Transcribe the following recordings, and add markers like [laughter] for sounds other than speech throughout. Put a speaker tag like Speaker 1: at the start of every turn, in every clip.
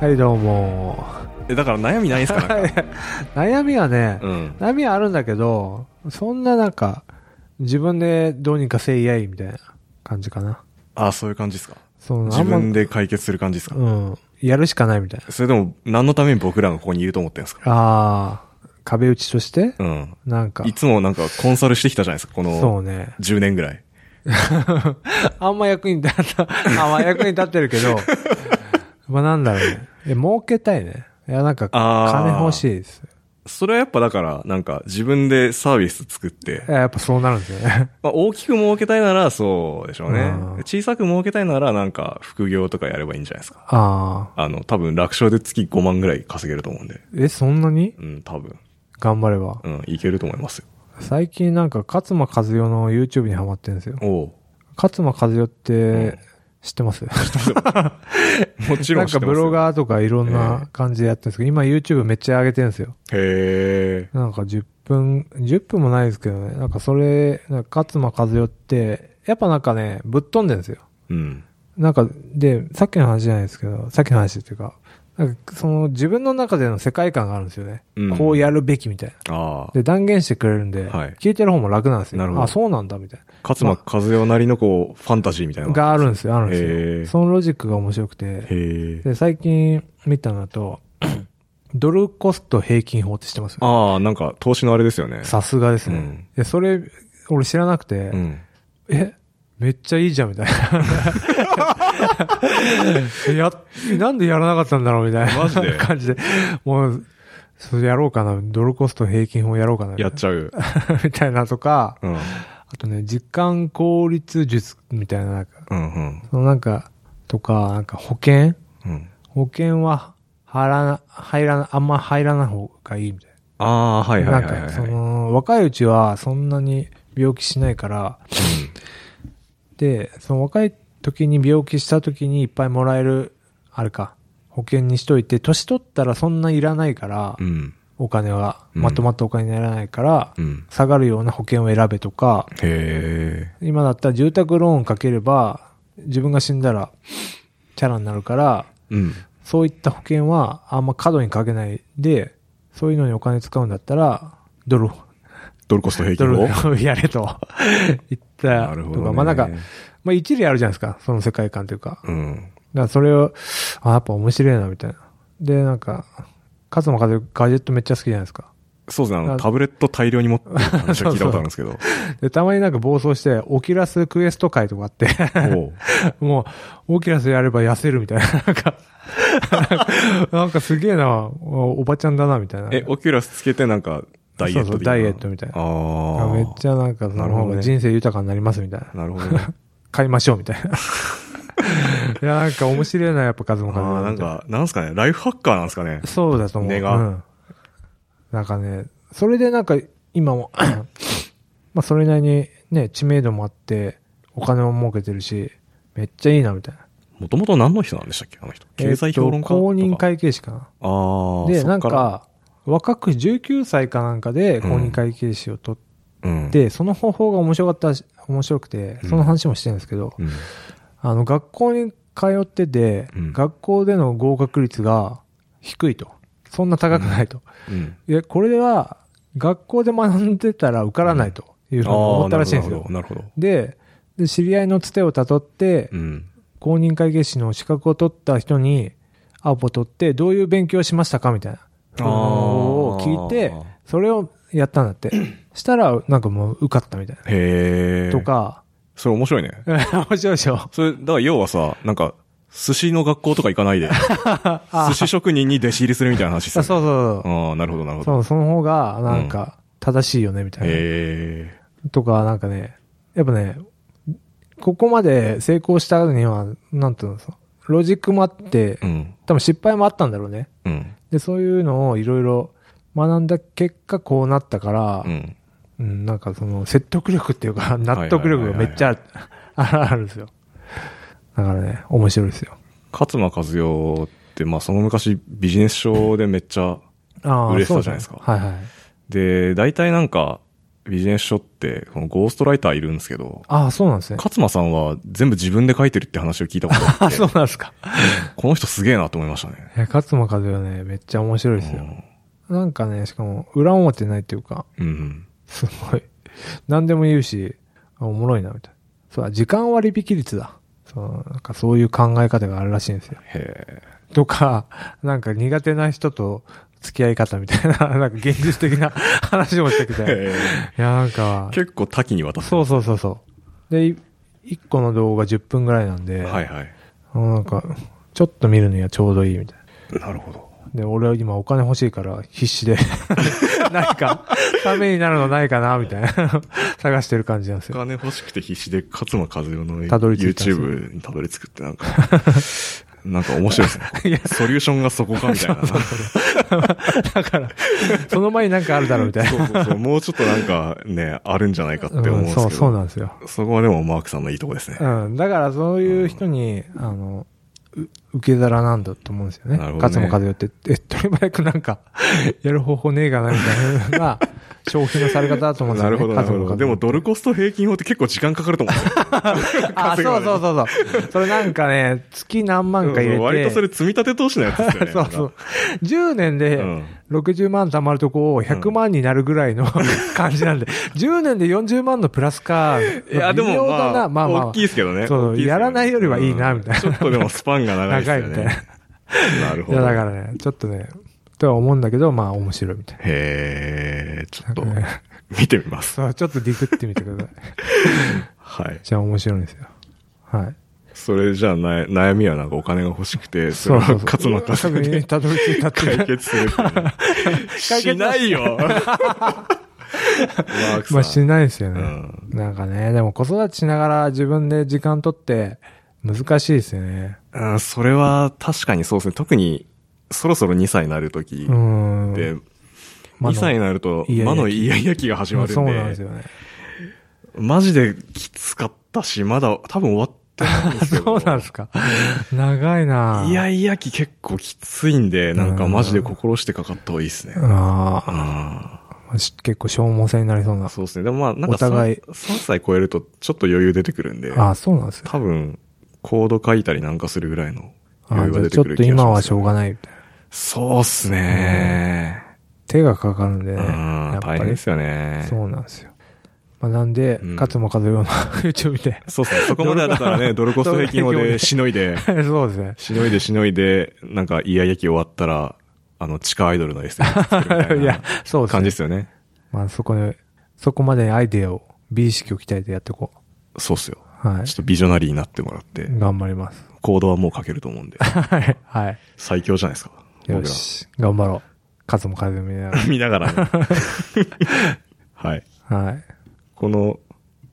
Speaker 1: はいどうも
Speaker 2: えだから悩 [laughs] みないんすかなんか
Speaker 1: 悩みはね、
Speaker 2: うん
Speaker 1: 悩みはあるんだけどそんななんか自分でどうにかせいやいみたいな感じかな
Speaker 2: あそういう感じですか
Speaker 1: その
Speaker 2: 自分
Speaker 1: で
Speaker 2: で解決する感じですか、
Speaker 1: うんやるしかないみたいな
Speaker 2: それでも何のために僕らがここにいると思ってるんですか
Speaker 1: ああ壁打ちとして、
Speaker 2: うん
Speaker 1: なんか
Speaker 2: いつもなんかコンサルしてきたじゃないですかこ
Speaker 1: そう
Speaker 2: の
Speaker 1: ね [laughs]
Speaker 2: 10年ぐらい
Speaker 1: あんま役に立
Speaker 2: [laughs]
Speaker 1: ったあんま役に立ってるけどまあなんだろうねいや儲けたいねいやなんか
Speaker 2: あー
Speaker 1: 金欲しいです
Speaker 2: それはやっぱだからなんか自分でサービス作って
Speaker 1: いややっぱそうなるんですよね [laughs]
Speaker 2: まあ、大きく儲けたいならそうでしょうね
Speaker 1: うん。
Speaker 2: 小さく儲けたいならなんか副業とかやればいいんじゃないですか。
Speaker 1: ああ
Speaker 2: あの、多分楽勝で月5万ぐらい稼げると思うんで。
Speaker 1: えそんなに
Speaker 2: うん、多分。
Speaker 1: 頑張れば
Speaker 2: うん、いけると思いま
Speaker 1: [laughs]
Speaker 2: すよ。
Speaker 1: 最近なんか勝間和代の YouTube にハマってるんですよ
Speaker 2: おう
Speaker 1: 勝間和代っ
Speaker 2: うん
Speaker 1: て知ってます、
Speaker 2: もちろ
Speaker 1: なんん
Speaker 2: 知
Speaker 1: か
Speaker 2: ってま
Speaker 1: ブ
Speaker 2: すよ
Speaker 1: ロガーとかいろんな感じでやってるんですけど、今 YouTube めっちゃ上げてるんですよ。
Speaker 2: へえ。
Speaker 1: なんか10分、10分もないですけどね。なんかそれ、なんか勝間和代って、やっぱなんかね、ぶっ飛んでるんですよ。
Speaker 2: うん。
Speaker 1: なんか、で、さっきの話じゃないですけど、さっきの話っていうか、なんかその自分の中での世界観があるんですよね。
Speaker 2: うん
Speaker 1: こうやるべきみたいな。
Speaker 2: ああ。
Speaker 1: で、断言してくれるんで、
Speaker 2: はい
Speaker 1: 聞いてる方も楽なんですよ。
Speaker 2: なるほど
Speaker 1: あ、そうなんだ、みたいな。
Speaker 2: 勝間和代なりのこう、ファンタジーみたいな。
Speaker 1: があるんですよ、あるん
Speaker 2: へ
Speaker 1: で
Speaker 2: ー
Speaker 1: すよ。そのロジックが面白くて。
Speaker 2: へえ。
Speaker 1: で、最近見たのだと、 [clears throat] ドルコスト平均法って知ってます
Speaker 2: ああ、なんか投資のあれですよね。
Speaker 1: さすがですね。
Speaker 2: うん
Speaker 1: で、それ、俺知らなくて、
Speaker 2: うん。
Speaker 1: え、めっちゃいいじゃん、みたいな。 [laughs] や、なんでやらなかったんだろう、みたいな
Speaker 2: マジ
Speaker 1: [laughs]
Speaker 2: で
Speaker 1: 感じで。もう、それやろうかな、ドルコスト平均法やろうかな、みた
Speaker 2: や
Speaker 1: い
Speaker 2: っちゃう。
Speaker 1: な [laughs] みたいなとか、
Speaker 2: うん。
Speaker 1: あとね、実感効率術みたいな、なんか、
Speaker 2: うんうん。
Speaker 1: そのなんか、とか、なんか保険
Speaker 2: うん。
Speaker 1: 保険は、入らな、入らな、あんま入らない方がいいみたい
Speaker 2: ああ、はい
Speaker 1: な。
Speaker 2: はいはい、
Speaker 1: なん
Speaker 2: は
Speaker 1: か、
Speaker 2: い。
Speaker 1: その、若いうちはそんなに病気しないから、で、その若い時に病気した時にいっぱいもらえる、あれか、保険にしといて、年取ったらそんないらないから、
Speaker 2: うん。うん。
Speaker 1: お金は、
Speaker 2: うん
Speaker 1: まとまったお金にならないから、
Speaker 2: うん。
Speaker 1: 下がるような保険を選べとか、
Speaker 2: へえ。
Speaker 1: 今だったら住宅ローンかければ、自分が死んだら、チャラになるから、
Speaker 2: うん。
Speaker 1: そういった保険はあんま過度にかけないで、そういうのにお金使うんだったら、ドル、
Speaker 2: ドルコスト平
Speaker 1: ド
Speaker 2: 均を。
Speaker 1: ルを [laughs] やれと言った
Speaker 2: な
Speaker 1: と
Speaker 2: るほ
Speaker 1: か、
Speaker 2: どね
Speaker 1: まあなんか、まあ一理あるじゃないですか、その世界観というか。だか
Speaker 2: うん。
Speaker 1: らそれを、あ、やっぱ面白いな、みたいな。で、なんか、勝間和代ガジェットめっちゃ好きじゃないですか。
Speaker 2: そうですね、あ
Speaker 1: な
Speaker 2: の、タブレット大量に持ってる話は聞いたことあるんですけど。
Speaker 1: で、たまになんか暴走して、オキュラスクエスト会とかあって、 [laughs]
Speaker 2: おう
Speaker 1: もう、オキュラスやれば痩せるみたいな、なんか、なんかすげえな、おおばちゃんだな、みたいな。
Speaker 2: え、オキュラスつけてなんか、ダイエッ
Speaker 1: そ
Speaker 2: ト
Speaker 1: うそう
Speaker 2: 的な
Speaker 1: ダイエットみたいな
Speaker 2: ああ。
Speaker 1: めっちゃなんか、そ
Speaker 2: な
Speaker 1: の
Speaker 2: るほ
Speaker 1: 方
Speaker 2: どね
Speaker 1: が人生豊かになりますみたいな。
Speaker 2: なるほどね。
Speaker 1: 買いましょうみ
Speaker 2: [laughs]
Speaker 1: たいな。いや、なんか面白いな、やっぱカズ
Speaker 2: あ
Speaker 1: マカズ
Speaker 2: ーなんか、なんすかね、ライフハッカーなんすかね。
Speaker 1: そうだと思う。
Speaker 2: 根が
Speaker 1: うん。なんかね、それでなんか、今も、 [coughs] まあ、それなりにね、知名度もあって、お金も儲けてるし、めっちゃいいな、みたいな。
Speaker 2: もともと何の人なんでしたっけあの人。経済評論家
Speaker 1: え
Speaker 2: と
Speaker 1: っ
Speaker 2: か
Speaker 1: と公認。会計士かな。
Speaker 2: ああ。
Speaker 1: で、
Speaker 2: そ
Speaker 1: な
Speaker 2: っ
Speaker 1: ん、か、若く19歳かなんかで公認会計士を取っ
Speaker 2: うん。
Speaker 1: て、その方法が面白かったし、面白くて、その話もしてるんですけど、
Speaker 2: うん、
Speaker 1: あの、学校に通ってて、
Speaker 2: うん
Speaker 1: 学校での合格率が低いと。そんな高くないと。
Speaker 2: うん。
Speaker 1: いや、これでは、学校で学んでたら受からないというふうに思ったらしいんですよ
Speaker 2: あー。なるほど。なるほど
Speaker 1: で、で知り合いのつてをたどって、
Speaker 2: うん。
Speaker 1: 公認会計士の資格を取った人に、アポ取って、どういう勉強をしましたかみたいな。
Speaker 2: あー
Speaker 1: を聞いて、それをやったんだ
Speaker 2: [clears throat]
Speaker 1: って。したら、なんかもう受かったみたいな。
Speaker 2: へえ。
Speaker 1: と。
Speaker 2: [laughs]
Speaker 1: か、
Speaker 2: それ面白いね。
Speaker 1: 面白いでしょ。
Speaker 2: それ、だから要はさ、なんか、寿司の学校とか行かな
Speaker 1: [laughs]
Speaker 2: いで、寿司職人に弟子入りするみたいな話です
Speaker 1: あ
Speaker 2: よね
Speaker 1: そうそうそう。
Speaker 2: ああ、なるほど、なるほど。
Speaker 1: そう、その方が、なんか、正しいよね、みたいな。
Speaker 2: へえ。
Speaker 1: とか、なんかね、やっぱね、ここまで成功したには、なんていうのさ、ロジックもあって
Speaker 2: う、ん。
Speaker 1: 多分失敗もあったんだろうね。
Speaker 2: うん。
Speaker 1: で、そういうのをいろいろ学んだ結果、こうなったから
Speaker 2: う、ん。
Speaker 1: うん、なんかその、説得力っていうか、納得力がめっちゃある、 [laughs] あるんですよ。だからね、面白いですよ。
Speaker 2: 勝間和代って、まあその昔ビジネス書でめっちゃ、
Speaker 1: ああ
Speaker 2: 嬉しそうじゃないですか
Speaker 1: そうだねはいはい。
Speaker 2: で、大体なんか、ビジネス書って、このゴーストライターいるんですけど、
Speaker 1: ああ、そうなんですね。
Speaker 2: 勝間さんは全部自分で書いてるって話を聞いたこと
Speaker 1: [laughs]
Speaker 2: があ
Speaker 1: あ
Speaker 2: って
Speaker 1: そう、なんですか。
Speaker 2: この人すげえなと思いましたね。
Speaker 1: いや、勝間和代ね、めっちゃ面白いですよ。なんかね、しかも、裏表ないっていうか、
Speaker 2: うんうん。
Speaker 1: すごい。何でも言うし、あおもろいな、みたいな。そうだ、時間割引率だ。そう、なんかそういう考え方があるらしいんですよ。
Speaker 2: へ
Speaker 1: とか、なんか苦手な人と付き合い方みたいな、 [laughs] なんか現実的な [laughs] 話もしてきて。
Speaker 2: え。
Speaker 1: いや、なんか、
Speaker 2: 結構多岐にわたって
Speaker 1: そうそうそうそう。で、い一個の動画10分ぐらいなんで、
Speaker 2: はいはい。
Speaker 1: あのなんか、ちょっと見るにはちょうどいいみたいな。
Speaker 2: なるほど。
Speaker 1: で、俺は今お金欲しいから必死で、 [laughs] 何か、ためになるのないかな、 [laughs] みたいな、探してる感じなんです
Speaker 2: お
Speaker 1: よ。
Speaker 2: 金欲しくて必死で勝間和代の
Speaker 1: たどり着いたんですよ
Speaker 2: YouTube にたどり着くってなんか、 [laughs] なんか面白いですね。
Speaker 1: [laughs] いや、
Speaker 2: ソリューションがそこかみたい
Speaker 1: [laughs]
Speaker 2: な。そう
Speaker 1: だから、その前になんかあるだろ、うみたいな。
Speaker 2: そうそう。 [laughs] もうちょっとなんかね、あるんじゃないかって思うん
Speaker 1: うん
Speaker 2: ですけど。
Speaker 1: そう、そうなんですよ。
Speaker 2: そこはでもマークさんのいいとこですね。
Speaker 1: うん。だからそういう人に、あの、う受け皿なんだと思うんですよね。
Speaker 2: なるほどね
Speaker 1: 勝も風よって、え、とり早くなんか、 [laughs] やる方法ねえかな、みたいなの
Speaker 2: [laughs]
Speaker 1: が、消費のされ方だと思うんです
Speaker 2: な
Speaker 1: よね。
Speaker 2: るほど、なるほど。でもドルコスト平均法って結構時間かかると思うん
Speaker 1: [laughs]
Speaker 2: ですよ。
Speaker 1: あ、
Speaker 2: 稼
Speaker 1: そ
Speaker 2: ぐま
Speaker 1: う
Speaker 2: で
Speaker 1: そうそうそう。それなんかね、月何万か入れて。
Speaker 2: 割とそれ積み立て投資のやつですよね。
Speaker 1: [laughs] そうそう。10年
Speaker 2: う
Speaker 1: で
Speaker 2: ん。
Speaker 1: 60万貯まるとこを100万になるぐらいの感じなんで、10年で40万のプラスか。
Speaker 2: いや、で
Speaker 1: 微妙
Speaker 2: も、ま
Speaker 1: だ
Speaker 2: あ、
Speaker 1: な、まあまあ。
Speaker 2: 大きいですけどね。
Speaker 1: そう
Speaker 2: 大きですけどね
Speaker 1: やらないよりはいいなみたいな
Speaker 2: ちょっとでもスパンが長いですよね。
Speaker 1: 長いみたい
Speaker 2: なるほ
Speaker 1: いや、
Speaker 2: ど。
Speaker 1: だからね、ちょっとね、とは思うんだけど、まあ面白いみたいな。
Speaker 2: へえ、ちょっと
Speaker 1: なんかね、
Speaker 2: 見てみます。
Speaker 1: そう、ちょっとディグってみてください。
Speaker 2: はい。
Speaker 1: じゃあ面白いんですよ。はい。
Speaker 2: それじゃあ、な悩みはなんかお金が欲しくて、それは勝間
Speaker 1: 多
Speaker 2: 達
Speaker 1: 分
Speaker 2: で
Speaker 1: ねたどり着いたっていう
Speaker 2: 解決するっていうね。
Speaker 1: は
Speaker 2: しな
Speaker 1: [laughs]
Speaker 2: いよ [laughs] マークさん。
Speaker 1: まあしないですよね、
Speaker 2: うん
Speaker 1: なんかね、でも子育てしながら自分で時間取って難しいですよね。
Speaker 2: うんそれは確かにそうですね。特に、そろそろ2歳になるとき
Speaker 1: うん。
Speaker 2: で、
Speaker 1: まあ
Speaker 2: 2歳になると、
Speaker 1: イヤイヤ期
Speaker 2: 魔のイヤイヤ期が始まるんで、
Speaker 1: そうなんですよね。
Speaker 2: マジできつかったし、まだ多分終わってないんですけ
Speaker 1: [laughs] そ
Speaker 2: ど。
Speaker 1: うなんですか。長いない
Speaker 2: やいや期結構きついんで、なんか
Speaker 1: うん
Speaker 2: マジで心してかかった方がいいですね。
Speaker 1: あ
Speaker 2: あ
Speaker 1: あ、し結構消耗戦になりそうな
Speaker 2: あ。そうですね。でもまあ、なんか
Speaker 1: お互い
Speaker 2: 3歳超えるとちょっと余裕出てくるんで、
Speaker 1: ああ、そうなんですよ。
Speaker 2: 多分、コード書いたりなんかするぐらいの
Speaker 1: ああ
Speaker 2: 余裕
Speaker 1: じゃあ
Speaker 2: が出
Speaker 1: ち
Speaker 2: て
Speaker 1: ょ
Speaker 2: く
Speaker 1: っ
Speaker 2: る
Speaker 1: と
Speaker 2: 気がし
Speaker 1: 今
Speaker 2: ま
Speaker 1: は
Speaker 2: す、
Speaker 1: しょうがないみたいな。
Speaker 2: そうっすね。
Speaker 1: 手がかかるんで
Speaker 2: う
Speaker 1: ね。
Speaker 2: ん
Speaker 1: や、っぱ
Speaker 2: 大変
Speaker 1: り
Speaker 2: で。すよね。
Speaker 1: そうなんですよ。まあ、なんで、
Speaker 2: うん
Speaker 1: 勝も数ような [laughs] YouTube 見
Speaker 2: [laughs]
Speaker 1: て
Speaker 2: そうですね。そこまではだから
Speaker 1: [laughs]
Speaker 2: ね、ドルコスト平均法でしのいで、
Speaker 1: そうですね。
Speaker 2: しのいでしのいで、なんか、イヤイヤ期終わったら、あの、地下アイドルの SNS 作るみた
Speaker 1: [laughs]
Speaker 2: い
Speaker 1: いや
Speaker 2: な、
Speaker 1: そうです
Speaker 2: [laughs] 感
Speaker 1: ね
Speaker 2: じで。すよね。
Speaker 1: まあ、そこで、そこまでアイデアを、美意識を鍛えてやっていこう。
Speaker 2: そうっすよ。
Speaker 1: はい
Speaker 2: ちょっ。とビジョナリーになってもらって、
Speaker 1: 頑張ります。
Speaker 2: 行動はもう書けると思うんで、
Speaker 1: はい。はい。
Speaker 2: 最強じゃないですか。僕
Speaker 1: よ
Speaker 2: ら。
Speaker 1: し。頑張ろう。数も数も見な
Speaker 2: [laughs]
Speaker 1: が
Speaker 2: 見ながらね。はい。
Speaker 1: ら。はい。
Speaker 2: この、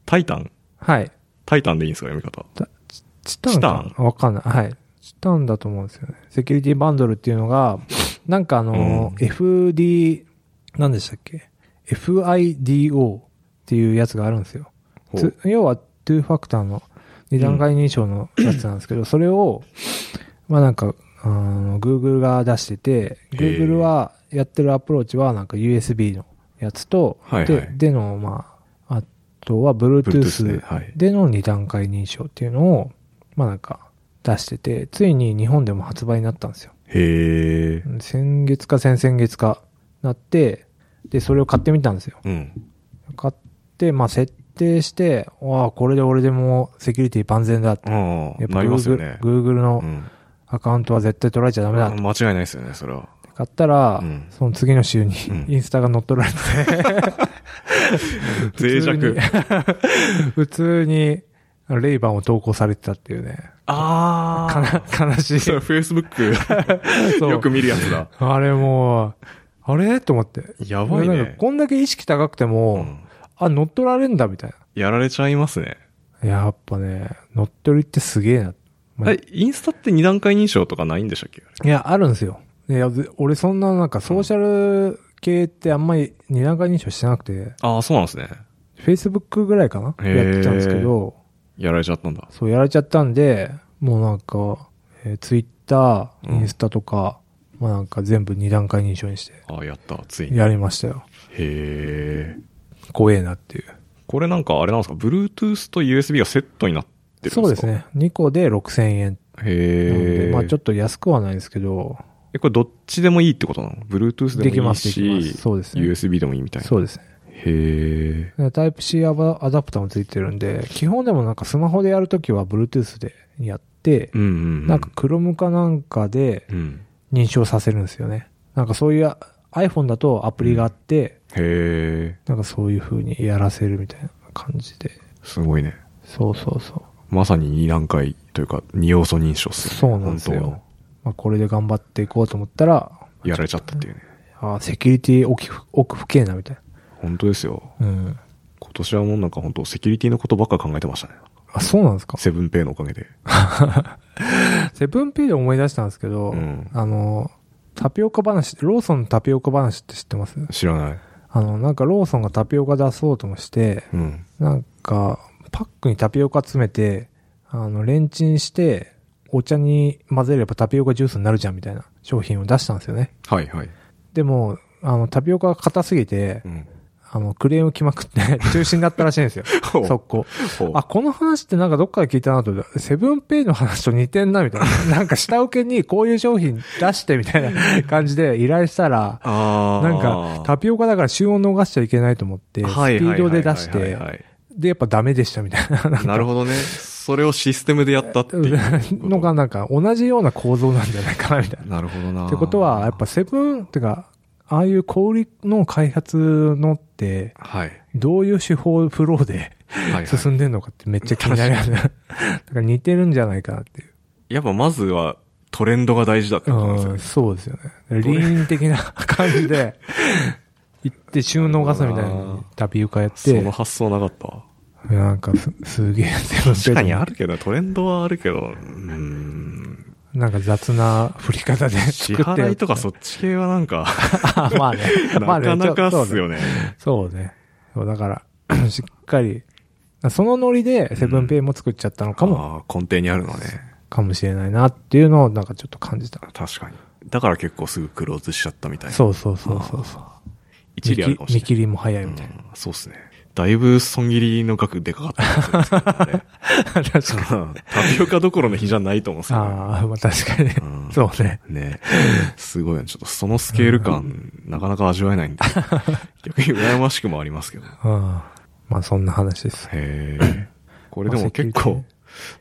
Speaker 2: タイタン
Speaker 1: はい。
Speaker 2: タイタンでいいんですか読み方。
Speaker 1: チタンか
Speaker 2: チ
Speaker 1: なわかんない。はい。チタンだと思うんですよね。セキュリティバンドルっていうのが、なんかあの、
Speaker 2: うん
Speaker 1: FD、何でしたっけ ?FIDO っていうやつがあるんですよ。
Speaker 2: ほう
Speaker 1: つ要は、トゥーファクターの二段階認証のやつなんですけど、それを、まあなんか、あの、Google が出してて、
Speaker 2: へー
Speaker 1: Google は、やってるアプローチは、なんか USB のやつと、
Speaker 2: はいはい
Speaker 1: で、での、まあ、あとは Bluetooth
Speaker 2: で。はい。
Speaker 1: での二段階認証っていうのを、まあなんか出してて、ついに日本でも発売になったんですよ。
Speaker 2: へえ。
Speaker 1: 先月か先々月かなって、で、それを買ってみたんですよ。
Speaker 2: うん。
Speaker 1: 買って、まあ設定して、わあ、これで俺でもセキュリティ万全だって。
Speaker 2: ああ、
Speaker 1: やっ
Speaker 2: な
Speaker 1: ぱ
Speaker 2: りますよ
Speaker 1: Google,
Speaker 2: ね。
Speaker 1: Google
Speaker 2: う
Speaker 1: の
Speaker 2: ん
Speaker 1: アカウントは絶対取られちゃダメだって
Speaker 2: 間違いないですよね、それは。
Speaker 1: 買ったら、
Speaker 2: うん
Speaker 1: その次の週に
Speaker 2: うん
Speaker 1: インスタが乗っ取られて、
Speaker 2: [laughs] 脆弱。
Speaker 1: 普通にあのレイバンを投稿されてたっていうね、
Speaker 2: あ
Speaker 1: かな [laughs] 悲しい。
Speaker 2: [laughs] それ、Facebook
Speaker 1: そう
Speaker 2: よく見るやつだ。
Speaker 1: あれもう、あれと思って。
Speaker 2: やばい
Speaker 1: なんか
Speaker 2: ね。
Speaker 1: こんだけ意識高くても、
Speaker 2: うん
Speaker 1: あ、乗っ取られんだみたいな。
Speaker 2: やられちゃいますね。
Speaker 1: いややっぱね、乗っ取りってすげえな。まあ
Speaker 2: えインスタって二段階認証とかないんでしたっけ
Speaker 1: いや、あるんですよ。いや、ず俺そんななんかソーシャル系ってあんまり二段階認証してなくて、
Speaker 2: ああ、そうなんですね。
Speaker 1: Facebook ぐらいかな
Speaker 2: へー
Speaker 1: やってたんですけど、
Speaker 2: やられちゃったんだ。
Speaker 1: そうやられちゃったんで、もうなんか、えー Twitter、
Speaker 2: うん
Speaker 1: インスタとか、まあなんか全部二段階認証にして
Speaker 2: ああ、やった、ついに。へ
Speaker 1: やりましたよ。
Speaker 2: え。
Speaker 1: 怖えなっていう。
Speaker 2: これなんかあれなんですか ?Bluetooth と USB がセットになってるんですか
Speaker 1: そうです。ね。2個で6000円。なの
Speaker 2: へ
Speaker 1: で
Speaker 2: え。
Speaker 1: まあちょっ
Speaker 2: と。
Speaker 1: と安くはないですけど、
Speaker 2: え、これどっちでもいいってことなの ?Bluetooth で
Speaker 1: でき
Speaker 2: もい
Speaker 1: ま
Speaker 2: い
Speaker 1: す、で
Speaker 2: し、
Speaker 1: きます。そうですね。
Speaker 2: USB でもいいみたいな。
Speaker 1: そうですね。
Speaker 2: へえ。
Speaker 1: タイプ C アバアダプターもついてるんで、基本でもなんかスマホでやるときは Bluetooth でやって
Speaker 2: う、んうん。
Speaker 1: なんか、Chrome かなんかで
Speaker 2: うん。
Speaker 1: 認証させるんですよね。なんかそういう iPhone だとアプリがあって、
Speaker 2: へえ。
Speaker 1: なんかそういう風にやらせるみたいな感じで。
Speaker 2: すごいね。
Speaker 1: そうそうそう。
Speaker 2: まさに2段階というか、2要素認証っすね。
Speaker 1: そうなんです
Speaker 2: 本当
Speaker 1: よ
Speaker 2: の。
Speaker 1: まあこれで頑張っていこうと思ったら、
Speaker 2: やられちゃったっていうね。
Speaker 1: あーセキュリティ奥ふ奥深えなみたい
Speaker 2: 本当ですよ。
Speaker 1: な。うん。
Speaker 2: 今年はもうなんか本当セキュリティのことばっか考えてましたね。
Speaker 1: あ、そうなんですか。
Speaker 2: セブンペイのおかげで。
Speaker 1: セブンペイで思い出したんですけど、
Speaker 2: うん
Speaker 1: あの、タピオカ話、ローソンのタピオカ話って知ってます
Speaker 2: 知らない。
Speaker 1: あの、なんかローソンがタピオカ出そうともして、
Speaker 2: うん。
Speaker 1: なんか、パックにタピオカ詰めて、あの、レンチンして、お茶に混ぜればタピオカジュースになるじゃんみたいな商品を出したんですよね。
Speaker 2: はいはい。
Speaker 1: でも、あの、タピオカが硬すぎて
Speaker 2: う、ん。
Speaker 1: あの、クレーム来まくって中止になったらしいんです
Speaker 2: [laughs]
Speaker 1: よ。
Speaker 2: ほう
Speaker 1: 速攻。
Speaker 2: ほう
Speaker 1: あ、この話ってなんかどっかで聞いたなと思って、セブンペイの話と似てんな、みたい
Speaker 2: [laughs]
Speaker 1: な。なんか下請けにこういう商品出して、みたいな感じで依頼したら、
Speaker 2: あー
Speaker 1: なんか、タピオカだから旬を逃しちゃいけないと思って、スピ
Speaker 2: はいは
Speaker 1: ー
Speaker 2: いはい
Speaker 1: ド
Speaker 2: はい
Speaker 1: で出し
Speaker 2: はい
Speaker 1: て
Speaker 2: は、い
Speaker 1: で、やっぱダメでしたみたいな。なんか
Speaker 2: なるほどね。それをシステムでやったっていうこと。
Speaker 1: [laughs] のがなんか同じような構造なんじゃないかなみたいな。
Speaker 2: なるほどな。
Speaker 1: ってことは、やっぱセブン、ってか、ああいう小売の開発のって、
Speaker 2: はい、
Speaker 1: どういう手法、フローで
Speaker 2: はいはい。
Speaker 1: 進んでんのかってめっちゃ気に [laughs] なりますね。だから似てるんじゃないかなっていう。
Speaker 2: やっぱまずはトレンドが大事だってことなんですよ
Speaker 1: うん、
Speaker 2: ね。
Speaker 1: そうですよね。リーン的な感じ
Speaker 2: [laughs]
Speaker 1: で、行って収納ガスみたいにタピオカやっ
Speaker 2: そ
Speaker 1: て、
Speaker 2: の発想なかったわ。
Speaker 1: なんかすすげえ、
Speaker 2: 確かにあるけど、トレンドはあるけど、うーん。
Speaker 1: なんか雑な振り方で作
Speaker 2: 支
Speaker 1: って
Speaker 2: 払
Speaker 1: る
Speaker 2: いとかそっち系はなんか、
Speaker 1: あまあね。 [laughs] まあ
Speaker 2: な
Speaker 1: ね
Speaker 2: かなか
Speaker 1: ちょ
Speaker 2: っすよね。
Speaker 1: そうね。そうだから、 [clears throat] しっかり、そのノリでセブンペイも作っちゃったのかも、
Speaker 2: あー根底にあるのね。
Speaker 1: かもしれないなっていうのをなんかちょっと感じた。
Speaker 2: 確かに。だから結構すぐクローズしちゃったみたいな。
Speaker 1: そうそうそうそうそう。
Speaker 2: 一理あるかもしれ
Speaker 1: 見
Speaker 2: ない。
Speaker 1: 切りも早いみたい
Speaker 2: うんそうっすね。だいぶ損切りの額でかかったん
Speaker 1: [laughs]
Speaker 2: ですよね。
Speaker 1: な。確かに。
Speaker 2: あれうんタピオカどころの日じゃないと思うんですけどね。
Speaker 1: ああ、まあ確かにね
Speaker 2: う。ん
Speaker 1: そうね。
Speaker 2: ねすごいよね。ちょっとそのスケール感、なかなか味わえない
Speaker 1: [laughs]
Speaker 2: んで。逆に羨ましくもありますけど。
Speaker 1: うん。まあそんな話です。
Speaker 2: へ
Speaker 1: [laughs]
Speaker 2: え。これでも結構、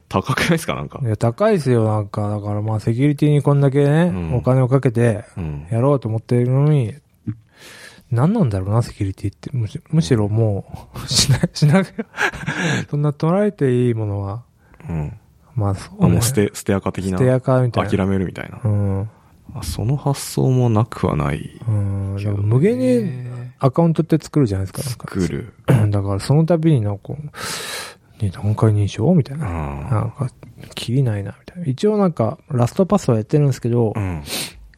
Speaker 2: 高くないですかなんか
Speaker 1: い。や、高いですよ、なんか。だからまあセキュリティにこんだけね、
Speaker 2: うん
Speaker 1: お金をかけて、
Speaker 2: うん。
Speaker 1: やろうと思ってるのに、何なんだろうな、セキュリティって。むしむしろもう、 [laughs] しない、しなそんな取られていいものは、
Speaker 2: うん。
Speaker 1: まあそう、
Speaker 2: あ、もう捨、て、捨て垢的
Speaker 1: 捨
Speaker 2: な。
Speaker 1: てやかみたいな。
Speaker 2: 諦めるみたいな
Speaker 1: う。ん。
Speaker 2: あその発想もなくはない。
Speaker 1: うん。でも無限にアカウントって作るじゃないですか。なんか
Speaker 2: 作る。
Speaker 1: だからその度になんか、二段階認証みたいうな。
Speaker 2: ん。
Speaker 1: なんか、切りないな、みたいな。一応なんか、ラストパスはやってるんですけど、
Speaker 2: うん。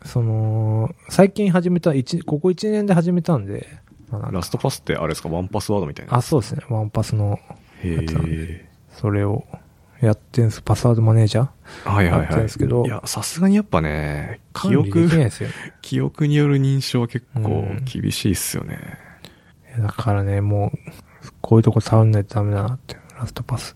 Speaker 1: その、最近始めた、一ここ1年で始めたんで、まあなんか
Speaker 2: ラストパスってあれですかワンパスワードみたいな。
Speaker 1: あ、そうですね。ワンパスの、
Speaker 2: へ
Speaker 1: やつなん
Speaker 2: え。
Speaker 1: それをやってんす。パスワードマネージャー
Speaker 2: はいはい
Speaker 1: やって
Speaker 2: は
Speaker 1: る
Speaker 2: い。
Speaker 1: んですけど
Speaker 2: いや、さすがにやっぱね、記
Speaker 1: 管理で
Speaker 2: 憶
Speaker 1: き、ないですよね。
Speaker 2: 記憶による認証は結構
Speaker 1: うん
Speaker 2: 厳しいっすよね。
Speaker 1: いやだからね、もう、こういうとこ触んないとダメだなって、ラストパス。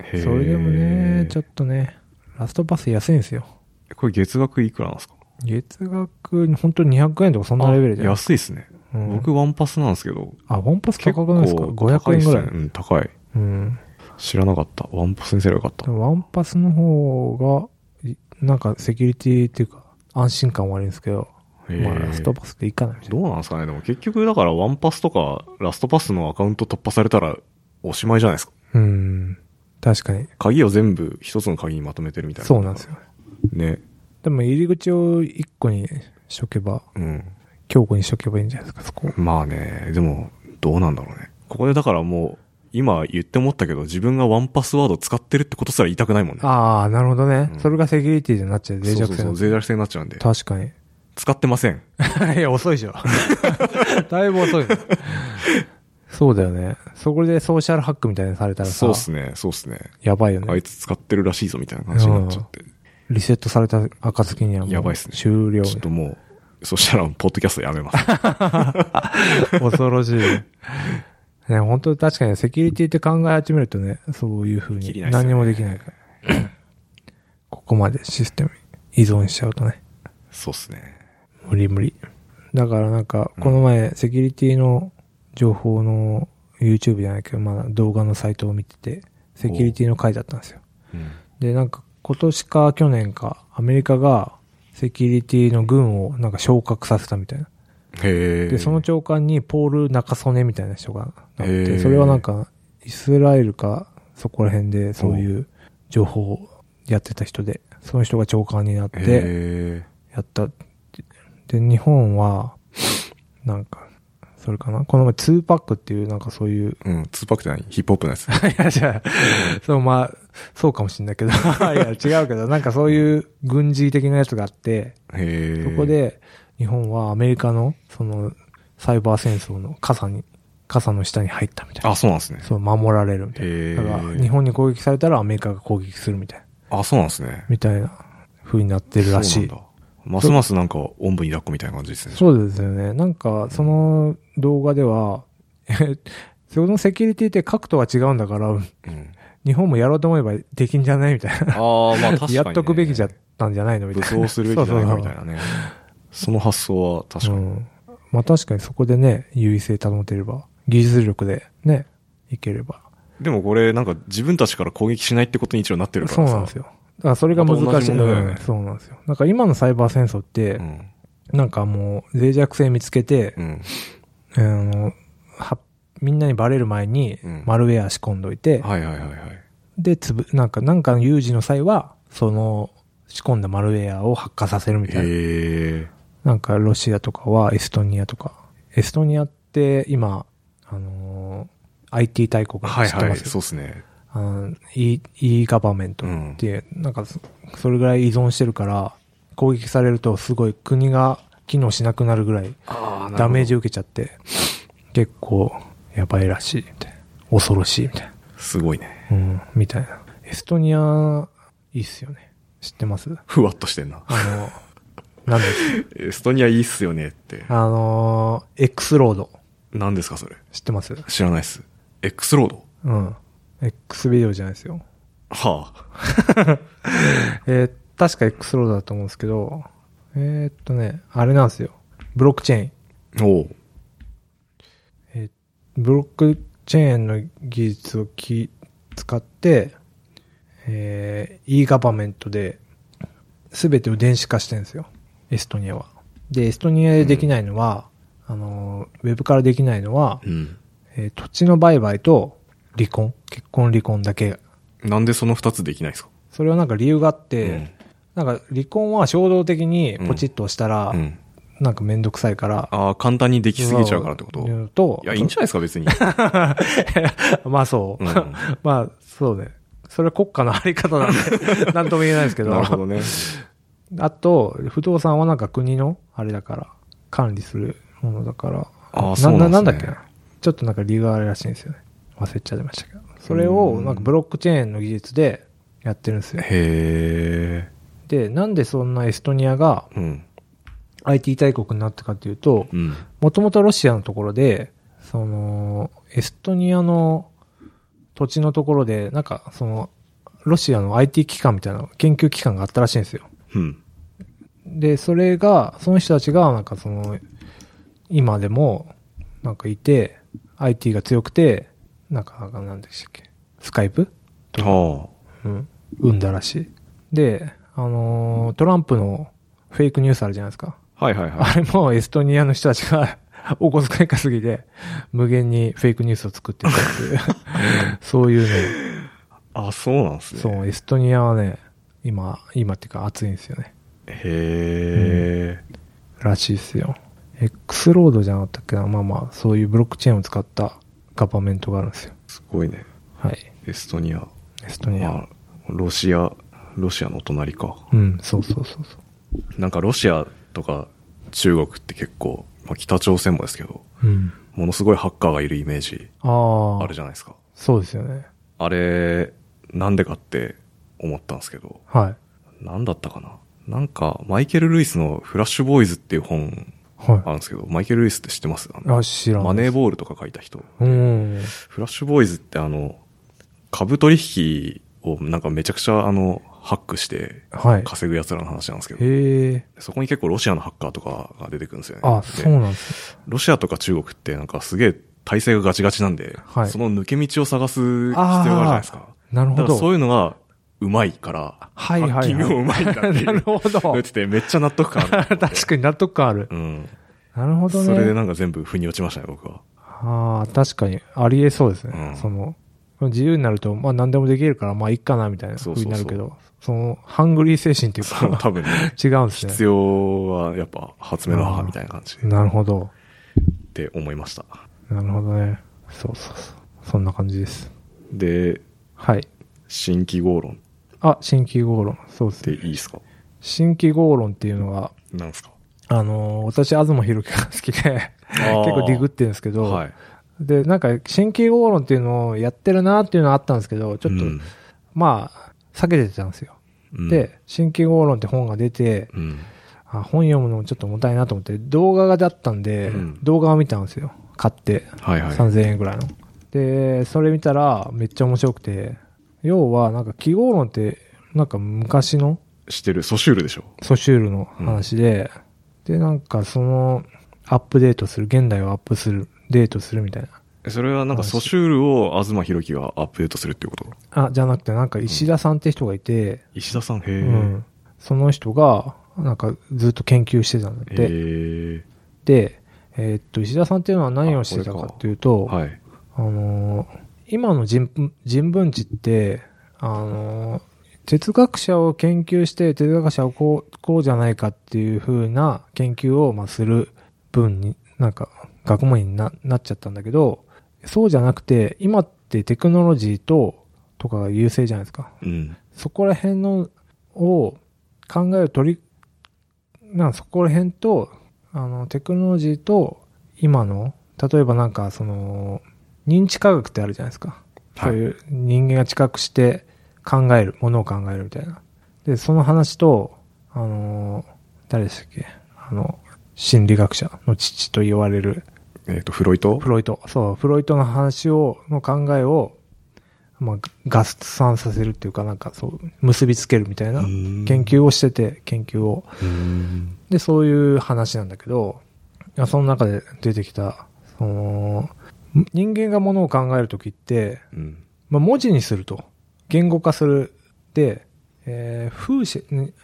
Speaker 2: へえ。
Speaker 1: それでもね、ちょっとね、ラストパス安いんですよ。
Speaker 2: これ月額いくらなんですか
Speaker 1: 月額、本当に200円とかそんなレベルじゃ
Speaker 2: あ
Speaker 1: ない
Speaker 2: 安いっすね。
Speaker 1: うん
Speaker 2: 僕ワンパスなんですけど、
Speaker 1: あ、ワンパス価格なんですか
Speaker 2: 結構高
Speaker 1: ?500
Speaker 2: いっ
Speaker 1: 円
Speaker 2: す
Speaker 1: ぐ
Speaker 2: ね
Speaker 1: らい。
Speaker 2: うん、高い。
Speaker 1: うん。
Speaker 2: 知らなかった。ワンパスにすればよかった
Speaker 1: で。もワンパスの方が、いなんかセキュリティっていうか、安心感はあるんですけど、
Speaker 2: へえ
Speaker 1: まあラストパスでいいかなみたいな。
Speaker 2: どうなんですかねでも結局だからワンパスとかラストパスのアカウント突破されたらおしまいじゃないですか。
Speaker 1: うん。確かに。
Speaker 2: 鍵を全部一つの鍵にまとめてるみたいな。
Speaker 1: そうなんですよ。。
Speaker 2: ね。
Speaker 1: でも入り口を一個にしとけば、
Speaker 2: うん。
Speaker 1: 強固にしとけばいいんじゃないですか、そこ。
Speaker 2: まあね、でも、どうなんだろうね。ここでだからもう、今言って思ったけど、自分がワンパスワード使ってるってことすら言いたくないもんね。
Speaker 1: ああ、なるほどね、
Speaker 2: うん
Speaker 1: それがセキュリティじゃなっちゃう脆
Speaker 2: そう
Speaker 1: 弱
Speaker 2: そ
Speaker 1: 性
Speaker 2: うそ
Speaker 1: なん
Speaker 2: う、
Speaker 1: だ
Speaker 2: 脆弱性になっちゃうんで。
Speaker 1: 確か
Speaker 2: [laughs]
Speaker 1: に。
Speaker 2: 使ってません。
Speaker 1: いや、遅いでしょ。 [laughs] だいぶ遅いね。そうだよね。そこでソーシャルハックみたいにされたらさ、
Speaker 2: そうっすね、そうっすね。
Speaker 1: やばいよ
Speaker 2: あ
Speaker 1: ね
Speaker 2: い。つ使ってるらしいぞみたいな感じになっちゃって。
Speaker 1: リセットされた暁にはもう
Speaker 2: やばいっすね
Speaker 1: 終了。
Speaker 2: ちょっともう、そしたら、ポッドキャストやめ
Speaker 1: [laughs]
Speaker 2: ます。 [laughs]
Speaker 1: 恐ろしい。ね、本当確かにセキュリティって考え始めるとね、そういう風
Speaker 2: でき
Speaker 1: に
Speaker 2: ないっすよね
Speaker 1: 何もできないから。ここまでシステム依存しちゃうとね、
Speaker 2: そうっすね。
Speaker 1: 無理無理。だからなんか、この前、セキュリティの情報の YouTube じゃないけど、まあ動画のサイトを見てて、セキュリティの回だったんですよ。
Speaker 2: うん。
Speaker 1: で、なんか今年か去年か、アメリカがセキュリティの軍をなんか昇格させたみたいな。
Speaker 2: へえ。
Speaker 1: で、その長官にポール・中曽根みたいな人がなっ
Speaker 2: へ
Speaker 1: て、
Speaker 2: ー
Speaker 1: それはなんか、イスラエルか、そこら辺でそういう情報をやってた人で、その人が長官になって、
Speaker 2: へ
Speaker 1: やったって。で、日本は、なんか、それかなこの前、ツーパックっていう、なんかそう [laughs] いう、
Speaker 2: え。うん、ツーパックじゃないヒップホップのやつ。
Speaker 1: いや、じゃあ、そう、まあ、そうかもしんないけど、い [laughs] や、違うけど、なんかそういう軍事的なやつがあって、
Speaker 2: へえ。
Speaker 1: そこ、で、日本はアメリカの、その、サイバー戦争の傘に、傘の下に入ったみたいな。
Speaker 2: あ、そうなんですね。
Speaker 1: そう、守られるみたい
Speaker 2: へえ
Speaker 1: な。だから、日本に攻撃されたらアメリカが攻撃するみたいな。
Speaker 2: あ、そうなんですね。
Speaker 1: みたいな風になってるらしい
Speaker 2: そう。なんだ。ますますなんか、おんぶに抱っこみたいな感じですね。
Speaker 1: そうですよね。なんか、その動画では、 [laughs] えそのセキュリティって各党は違うんだから、
Speaker 2: うん。
Speaker 1: 日本もやろうと思えばできんじゃないみたいな。
Speaker 2: ああ、まあ確かに、
Speaker 1: やっとくべきじゃ
Speaker 2: ゃ
Speaker 1: ったんじゃないのみた
Speaker 2: 武
Speaker 1: いな。
Speaker 2: 装するべきじゃない
Speaker 1: そう
Speaker 2: か
Speaker 1: そう
Speaker 2: み
Speaker 1: そう
Speaker 2: たいなね。その発想は確かに。
Speaker 1: うん。まあ確かにそこでね、優位性保てれば、技術力でね、いければ。
Speaker 2: でもこれ、なんか自分たちから攻撃しないってことに一応なってるか
Speaker 1: そ
Speaker 2: らさ
Speaker 1: う。なんですよ。だからそれが難
Speaker 2: また同
Speaker 1: しい。
Speaker 2: じ問題だよね
Speaker 1: うんそうなんですよ。なんか今のサイバー戦争って、
Speaker 2: うん。
Speaker 1: なんかもう脆弱性見つけて、
Speaker 2: うん。
Speaker 1: あのはみんなにバレる前に
Speaker 2: うん
Speaker 1: マルウェア仕込んどいて、
Speaker 2: はいはいはいはい。
Speaker 1: で、つぶ、なんか、なんかの有事の際は、その仕込んだマルウェアを発火させるみたいな。
Speaker 2: へえ。
Speaker 1: なんかロシアとかはエストニアとか。エストニアって今、あのー IT 大国
Speaker 2: はい
Speaker 1: 知って
Speaker 2: は
Speaker 1: ま
Speaker 2: い、
Speaker 1: す
Speaker 2: そうっすね。
Speaker 1: あの e, e ガバメント
Speaker 2: うん
Speaker 1: って、なんかそそれぐらい依存してるから、攻撃されるとすごい国が機能しなくなるぐらい
Speaker 2: あ
Speaker 1: ダメージ受けちゃって、結構やばいらしい、みたいな。恐ろしい、みたいな。
Speaker 2: すごいね。
Speaker 1: うん、みたいな。エストニア、いいっすよね。知ってます
Speaker 2: ふわっとしてんな。 [laughs]
Speaker 1: あの、なんです
Speaker 2: エストニアいいっすよねって。
Speaker 1: あのー、X ロード。
Speaker 2: 何ですかそれ。
Speaker 1: 知ってます
Speaker 2: 知らないっす。X ロード
Speaker 1: うん。X ビデオじゃないですよ。
Speaker 2: はあ。
Speaker 1: えー確か X ロードだと思うんですけど、えーっとね、あれなんですよ。ブロックチェーン。
Speaker 2: おう。
Speaker 1: えーブロックチェーンの技術をき使って、えー、e ガバメントで、すべてを電子化してるんですよ。エストニアは。で、エストニアでできないのは、あのー、ウェブからできないのは、
Speaker 2: うん。
Speaker 1: えー土地の売買と離婚、結婚離婚だけ。
Speaker 2: なんでその二つできないんですか
Speaker 1: それはなんか理由があって、
Speaker 2: うん
Speaker 1: なんか離婚は衝動的にポチッと押したら、
Speaker 2: うん。
Speaker 1: なんかめんどくさいから。
Speaker 2: ああ、簡単にできすぎちゃうからってこと
Speaker 1: い
Speaker 2: いう
Speaker 1: と
Speaker 2: や、いい [laughs] んじゃないですか別に。
Speaker 1: [laughs] まあそう。
Speaker 2: うん
Speaker 1: まあそうね。それは国家のあり方なん
Speaker 2: [laughs]
Speaker 1: で、なんとも言えないですけど。
Speaker 2: なるほどね。
Speaker 1: あと、不動産はなんか国の、あれだから、管理するものだから。
Speaker 2: あーそうなんですね
Speaker 1: なんだっけな。ちょっとなんか理由があるらしいんですよね。忘れちゃいましたけど。それを、なんかブロックチェーンの技術でやってるんですよ。
Speaker 2: へ
Speaker 1: で、なんでそんなエストニアが
Speaker 2: え。うん。
Speaker 1: IT 大国になったかっていうと、
Speaker 2: うん。
Speaker 1: もともとロシアのところで、その、エストニアの土地のところで、なんか、その、ロシアの IT 機関みたいな、研究機関があったらしいんですよ。
Speaker 2: うん。
Speaker 1: で、それが、その人たちが、なんかその、今でも、なんかいて、IT が強くて、なんか、なんでしたっけ、スカイプ
Speaker 2: は
Speaker 1: うん。生んだらしい。で、あのートランプのフェイクニュースあるじゃないですか。
Speaker 2: あ。はいはいは
Speaker 1: あれもエストニアの人たちが [laughs] お小遣い稼ぎで無限にフェイクニュースを作っていたって
Speaker 2: [laughs]
Speaker 1: いう、そういう
Speaker 2: い。あ、そうなんです
Speaker 1: ね、
Speaker 2: ね。
Speaker 1: そう、エストニアはね、今、今っていうか熱いんですよね。
Speaker 2: へえ。
Speaker 1: らしいですよ。X ロードじゃなかったっけなまあまあ、そういうブロックチェーンを使ったガバメントがあるんですよ。
Speaker 2: すごいね。
Speaker 1: はい。
Speaker 2: エストニア。
Speaker 1: エストニア。
Speaker 2: まあ、ロシア、ロシアのお隣か。
Speaker 1: うん、そうそうそうそう。
Speaker 2: なんかロシアとか中国って結構、まあ、北朝鮮もですけど、
Speaker 1: うん。
Speaker 2: ものすごいハッカーがいるイメージ
Speaker 1: ああ。
Speaker 2: あるじゃないですか。
Speaker 1: そうですよね。
Speaker 2: あれ、なんでかって思ったんですけど、
Speaker 1: はい。
Speaker 2: なんだったかな。なんか、マイケル・ルイスのフラッシュボーイズっていう本あ
Speaker 1: は
Speaker 2: るんですけど、マイケル・ルイスって知ってますあ
Speaker 1: い。
Speaker 2: の
Speaker 1: あ、知らん。
Speaker 2: マネーボールとか書いた人。
Speaker 1: うん。
Speaker 2: フラッシュボーイズってあの、株取引をなんかめちゃくちゃあの、ハックして
Speaker 1: はい。
Speaker 2: 稼ぐ奴らの話なんですけど、
Speaker 1: へえ。
Speaker 2: そこに結構ロシアのハッカーとかが出てくるんですよね。
Speaker 1: あ、
Speaker 2: で
Speaker 1: そうなんです
Speaker 2: ロシアとか中国ってなんかすげえ体制がガチガチなんで、
Speaker 1: はい
Speaker 2: その抜け道を探す必要があるじゃないですか。
Speaker 1: ね。なる
Speaker 2: だ
Speaker 1: ほ
Speaker 2: からそう
Speaker 1: ど。
Speaker 2: いうのがうまいから、
Speaker 1: はいはいはい
Speaker 2: ハッキングもうまいんだっていう。
Speaker 1: なるほど
Speaker 2: そう言っててめっちゃ納得感
Speaker 1: [laughs]
Speaker 2: ある。
Speaker 1: 確かに納得感ある。
Speaker 2: うん。
Speaker 1: なるほど
Speaker 2: それで
Speaker 1: ね。
Speaker 2: なんか全部腑に落ちましたね、僕は。
Speaker 1: ああ、確かに、ありえそうです
Speaker 2: う
Speaker 1: ね。
Speaker 2: ん
Speaker 1: その、自由になると、まあ何でもできるから、まあいいかな、みたいな
Speaker 2: そう
Speaker 1: 風
Speaker 2: そう
Speaker 1: に
Speaker 2: そう
Speaker 1: なるけど、その、ハングリー精神っていう
Speaker 2: そう、
Speaker 1: か、
Speaker 2: 多分
Speaker 1: [laughs]
Speaker 2: ね、
Speaker 1: 違うんですね。
Speaker 2: 必要はやっぱ発明の母みたいな感じ
Speaker 1: なるほど。
Speaker 2: って思いました。
Speaker 1: なるほどね。そうそうそう。そんな感じです。
Speaker 2: で、
Speaker 1: はい。
Speaker 2: 新規合論っ
Speaker 1: あ、新規合論。そうです
Speaker 2: て
Speaker 1: ね。
Speaker 2: いいですか
Speaker 1: 新規合論っていうのが、
Speaker 2: なんですか
Speaker 1: あのー私、東博樹が好きで、結構ディグってるんですけど、
Speaker 2: はい。
Speaker 1: で、なんか、新規合論っていうのをやってるなっていうのはあったんですけど、ちょっと、
Speaker 2: うん
Speaker 1: まあ、避けてたんですよ。
Speaker 2: うん、
Speaker 1: で、新規合論って本が出て、
Speaker 2: うん、
Speaker 1: あ本読むのもちょっと重たいなと思って、動画がだったんで、
Speaker 2: うん
Speaker 1: 動画を見たんですよ。買って。
Speaker 2: はいはい。
Speaker 1: 3000円ぐらいの。で、それ見たらめっちゃ面白くて、要はなんか記号論って、なんか昔の
Speaker 2: してる、ソシュールでしょ
Speaker 1: ソシュールの話で、で、なんかそのアップデートする、現代をアップする、デートするみたいな。
Speaker 2: えそれはなんかソシュールを東博樹がアップデートするっていうこと
Speaker 1: あ、じゃなくてなんか石田さんって人がいて、
Speaker 2: 石田さん、へ
Speaker 1: う
Speaker 2: え。
Speaker 1: ん。その人が、なんかずっと研究してたんだっ
Speaker 2: へ
Speaker 1: て。
Speaker 2: え。
Speaker 1: で、えーっと、石田さんっていうのは何をしてたかっていうと、
Speaker 2: はい。
Speaker 1: あのー今の人人文知って、あのー哲学者を研究して、哲学者をこう、こうじゃないかっていう風な研究を、まあ、する分に、なんか、学問にななっちゃったんだけど、そうじゃなくて、今ってテクノロジーと、とかが優勢じゃないですか。
Speaker 2: うん。
Speaker 1: そこら辺の、を考える取り、なんかそこら辺と、あの、テクノロジーと、今の、例えばなんか、その、認知科学ってあるじゃないですか。
Speaker 2: は
Speaker 1: そ
Speaker 2: い
Speaker 1: ういう人間が知覚して考える、ものを考えるみたいな。で、その話と、あの、誰でしたっけあの、心理学者の父と言われる、
Speaker 2: えっ、と、フロイト
Speaker 1: フロイト。そう、フロイトの話を、の考えを、まあ、合算させるっていうかなんかそう、結びつけるみたいな
Speaker 2: うん
Speaker 1: 研究をしてて、研究を。
Speaker 2: うん。
Speaker 1: で、そういう話なんだけど、いやその中で出てきた、その、人間がものを考えるときって、
Speaker 2: うん。
Speaker 1: まあ、文字にすると。言語化する。で、えー風刺、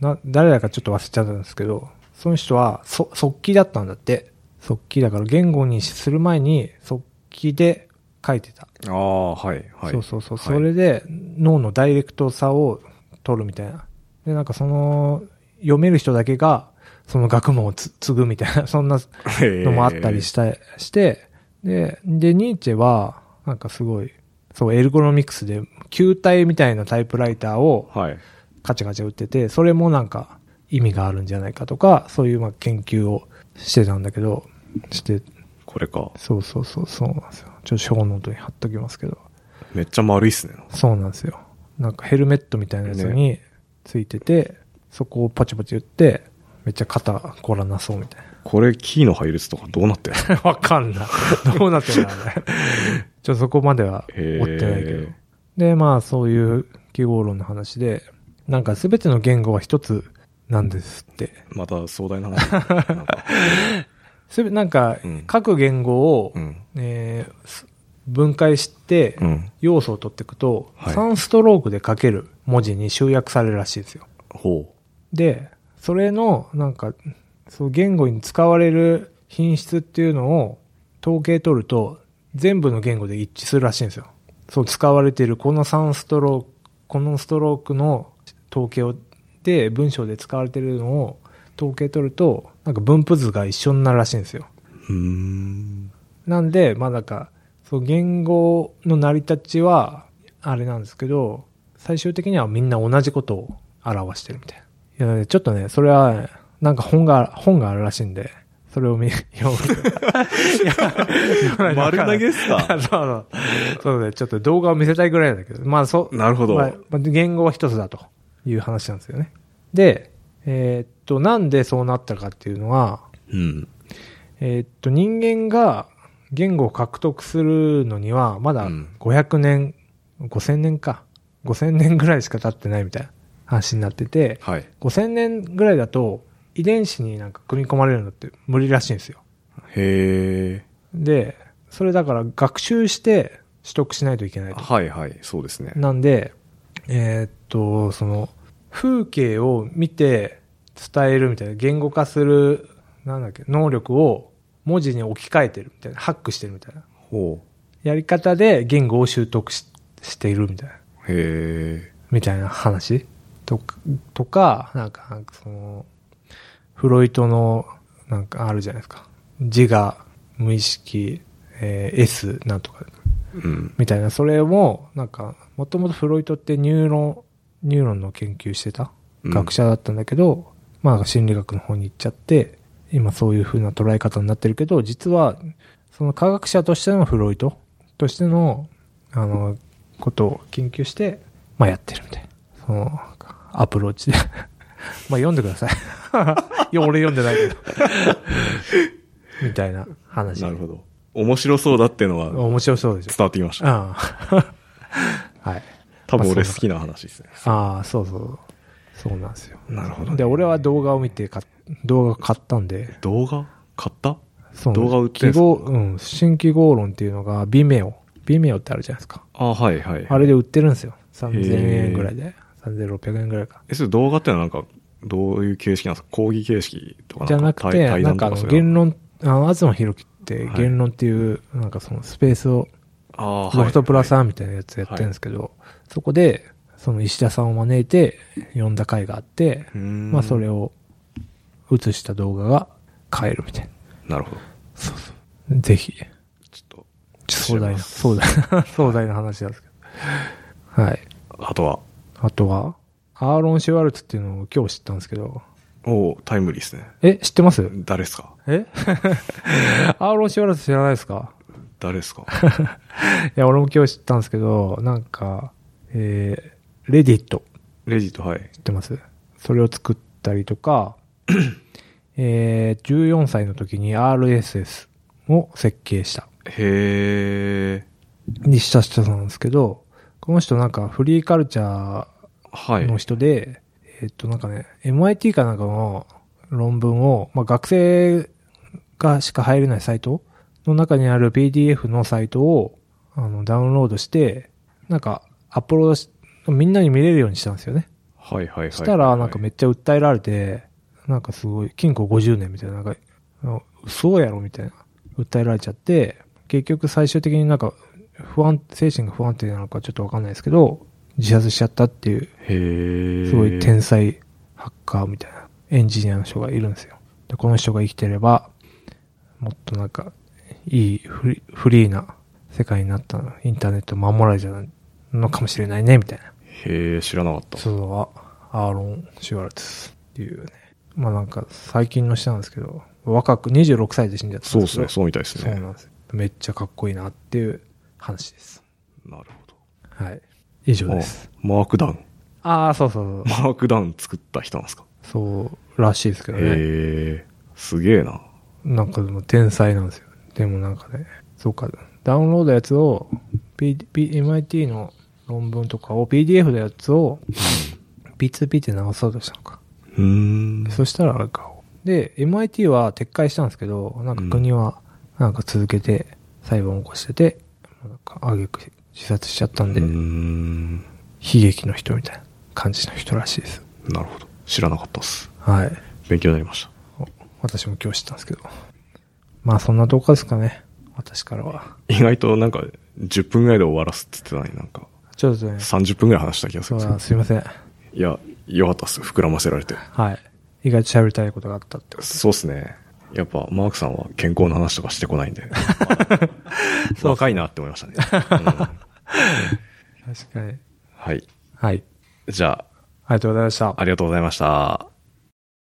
Speaker 1: な、な誰だかちょっと忘れちゃったんですけど、その人は、そ、速記だったんだって。速記だから言語にする前に、速記で書いてた。
Speaker 2: ああ、はい、はい。
Speaker 1: そうそうそう。
Speaker 2: はい
Speaker 1: それで、脳のダイレクトさを取るみたいな。で、なんかその、読める人だけが、その学問をつ継ぐみたいな、そんな
Speaker 2: へえ
Speaker 1: のもあったりした、して、で、で、ニーチェは、なんかすごい、そう、エルゴノミクスで、球体みたいなタイプライターを
Speaker 2: はい。
Speaker 1: カチャカチャ打ってて、それもなんか意味があるんじゃないかとか、そういうまあ研究をしてたんだけど、して、
Speaker 2: これか。
Speaker 1: そうそうそう、そうなんですよ。ちょっと小ノートに貼っときますけど、
Speaker 2: めっちゃ丸いっすね。
Speaker 1: そうなんですよ。なんかヘルメットみたいなやつについてて、そこをパチパチ打って、めっちゃ肩こらなそうみたいな。
Speaker 2: これ、キーの配列とかどう
Speaker 1: [laughs]
Speaker 2: なってる
Speaker 1: わかんない。どうなってんだろうね。 [laughs] ちょっとそこまでは
Speaker 2: へー
Speaker 1: 追ってないけど。で、まあそういう記号論の話で、なんか全ての言語は一つなんですって。
Speaker 2: また壮大な話。なんか
Speaker 1: すべなんか
Speaker 2: うん
Speaker 1: 各言語を、
Speaker 2: うん。
Speaker 1: えーす分解して
Speaker 2: うん。
Speaker 1: 要素を取っていくと、
Speaker 2: はい
Speaker 1: 3ストロークで書ける文字に集約されるらしいですよ。
Speaker 2: ほ
Speaker 1: で、それの、なんか、そう、言語に使われる品質っていうのを統計取ると、全部の言語で一致するらしいんですよ。そう、使われているこの3ストローク、このストロークの統計を、で、文章で使われているのを統計取ると、なんか分布図が一緒になるらしいんですよ。
Speaker 2: う。うーん。
Speaker 1: なんで、まあなんか、そう、言語の成り立ちは、あれなんですけど、最終的にはみんな同じことを表してるみたいな。いや、ちょっとね、それは、なんか本が、本があるらしいんで、それを見、読む。いや読まないとわかんない
Speaker 2: [laughs] 丸投げっすか
Speaker 1: そうそう。そうね、ちょっと動画を見せたいぐらいだけど、まあそう、
Speaker 2: なるほど。
Speaker 1: まあまあ言語は一つだという話なんですよね。で、えーっと、なんでそうなったかっていうのは、
Speaker 2: うん。
Speaker 1: えーっと、人間が言語を獲得するのには、まだ
Speaker 2: うん
Speaker 1: 500年、5000年か。5000年ぐらいしか経ってないみたいな話になってて、
Speaker 2: はい。
Speaker 1: 5000年ぐらいだと、遺伝子になんか組み込まれるのって無理らしいんですよ。
Speaker 2: へ
Speaker 1: で、それだから学習して取得しないといけない
Speaker 2: ー。
Speaker 1: と。
Speaker 2: はいはい、そうですね。
Speaker 1: なんで、えーっと、その、風景を見て伝えるみたいな、言語化する、なんだっけ、能力を文字に置き換えてるみたいな、ハックしてるみたいな。
Speaker 2: ほ
Speaker 1: やり方で言語を習得ししているみたいな、
Speaker 2: う。へ
Speaker 1: みたいな話とか、とか、なんか、なんかその、フロイトの、なんかあるじゃないですか。自我、無意識、えー S なんとか、
Speaker 2: ー。うん。
Speaker 1: みたいな、それも、なんか、もともとフロイトってニューロン、ニューロンの研究してた
Speaker 2: うん
Speaker 1: 学者だったんだけど、まあなんか心理学の方に行っちゃって、今そういう風な捉え方になってるけど、実は、その科学者としてのフロイトとしての、あの、ことを研究して、まあやってるみたいな。その、アプローチで。 [laughs] まあ読んでください。 [laughs] いや、俺読んでない
Speaker 2: [laughs]
Speaker 1: けど。みたいな話。
Speaker 2: なるほど。面白そうだってのは伝
Speaker 1: 面白そうでしょ。
Speaker 2: わってきまし
Speaker 1: うん。
Speaker 2: た。 [laughs]
Speaker 1: はい。
Speaker 2: 多分俺好きな話ですね。
Speaker 1: ああ、そうそう。そうなんですよ。
Speaker 2: なるほ
Speaker 1: で、俺は動画を見てか、動画買ったんで、
Speaker 2: 動画買った
Speaker 1: その
Speaker 2: 動画売ってんすか
Speaker 1: 記号、うん、新記号論っていうのが、ビメオ。ビメオってあるじゃないですか。
Speaker 2: あ、はいはい。
Speaker 1: あれで売ってるんですよ。3000
Speaker 2: へ
Speaker 1: 円
Speaker 2: ー
Speaker 1: ぐらいで。3600円ぐらいか。
Speaker 2: え、それ動画ってのはなんか、どういう形式なんですか講義形式とか
Speaker 1: じゃなくて、なんかあの、言論、あの、東博樹って
Speaker 2: はい
Speaker 1: 言論っていう、なんかそのスペースを、
Speaker 2: あ
Speaker 1: ロフトプラ
Speaker 2: ス。
Speaker 1: さんみたいなやつやってるんですけど、そこで、その石田さんを招いて、呼んだ回があって、ま
Speaker 2: ま
Speaker 1: あそれ。を映した動画が買えるみたい
Speaker 2: なるほど。
Speaker 1: な。ぜひ。
Speaker 2: ちょっ
Speaker 1: 壮大な、壮大な、 [laughs] 壮大な話なんですけど。はい。
Speaker 2: と、あとは、
Speaker 1: あとは、アーロン・シュワルツっていうのを今日知ったんですけど、
Speaker 2: おうタイムリーですね。
Speaker 1: え、知ってます
Speaker 2: 誰ですか
Speaker 1: え [laughs] アーロン・シュワルツ知らないですか
Speaker 2: 誰で
Speaker 1: [laughs]
Speaker 2: すか
Speaker 1: いや、俺も今日知ったんですけど、なんか、えー、レディット
Speaker 2: レジット、はい。
Speaker 1: 知ってますそれを作ったりとか、えー、14歳の時に RSS を設計した。
Speaker 2: へ
Speaker 1: にした人なんですけど、この人なんかフリーカルチャ
Speaker 2: ー。は
Speaker 1: ー
Speaker 2: い
Speaker 1: の。人で、えっとなんかね、MIT かなんかの論文を、まあ、学生がしか入れないサイトの中にある PDF のサイトをあのダウンロードして、なんかアップロードし、みんなに見れるようにしたんですよね。
Speaker 2: はいはいはいはい。
Speaker 1: したら、なんかめっちゃ訴えられて、なんかすごい、禁錮50年みたいな、なんか、あ嘘やろみたいな、訴えられちゃって、結局最終的になんか、不安、精神が不安定なのかちょっとわかんないですけど、自殺しちゃったっていう、
Speaker 2: へー。
Speaker 1: すごい天才ハッカーみたいな、エンジニアの人がいるんですよ。で、この人が生きてれば、もっとなんか、いいフリフリーな世界になったの、インターネット守られちゃうのかもしれないね、みたいな。
Speaker 2: へー、知らなかった。
Speaker 1: そのはアーロン・シュワルツっていうね。まあなんか最近の人なんですけど、若く26歳で死んじゃった
Speaker 2: そ
Speaker 1: ん
Speaker 2: うですね、
Speaker 1: け
Speaker 2: そうみたいで
Speaker 1: ど
Speaker 2: す
Speaker 1: そう
Speaker 2: ね。
Speaker 1: なんです。めっちゃかっこいいなっていう話です。
Speaker 2: なるほど。
Speaker 1: はい。以上です。
Speaker 2: あマークダウン。
Speaker 1: ああ、そうそう
Speaker 2: マークダウン作った人なんですか
Speaker 1: そう。そうらしいですけどね。
Speaker 2: へー。すげえな。
Speaker 1: なんかでも天才なんですよ。でもなんかね、そうか、ダウンロードやつを、P P、MIT の論文とかを PDF のやつを P2P って直そうとしたのか。
Speaker 2: うーん。
Speaker 1: そしたらあれか。で、MIT は撤回したんですけど、なんか国は、なんか続けて裁判を起こしてて、なんか、あげく自殺しちゃったんで、
Speaker 2: うー
Speaker 1: 悲
Speaker 2: ん。
Speaker 1: 劇の人みたいな感じの人らしいです。
Speaker 2: なるほど。知らなかったっす。
Speaker 1: はい。
Speaker 2: 勉強になりました。
Speaker 1: お私も今日知ったんですけど。まあそんなとこですかね。私からは。
Speaker 2: 意外となんか、10分ぐらいで終わらすって言ってたのになんか、
Speaker 1: ちょっとね、
Speaker 2: 30分ぐらい話した気がす
Speaker 1: そう
Speaker 2: るんです
Speaker 1: だすいません。
Speaker 2: けど。いや、良かったっす。膨らませられて。
Speaker 1: はい。意外と喋りたいことがあったってこと。
Speaker 2: そうっすね。やっぱ、マークさんは健康の話とかしてこないんで。
Speaker 1: う
Speaker 2: 若いなって思いましたね。うん
Speaker 1: 確かに。
Speaker 2: はい。
Speaker 1: はい。
Speaker 2: じゃ
Speaker 1: ありがとうございました
Speaker 2: あ、。ありがとうございました。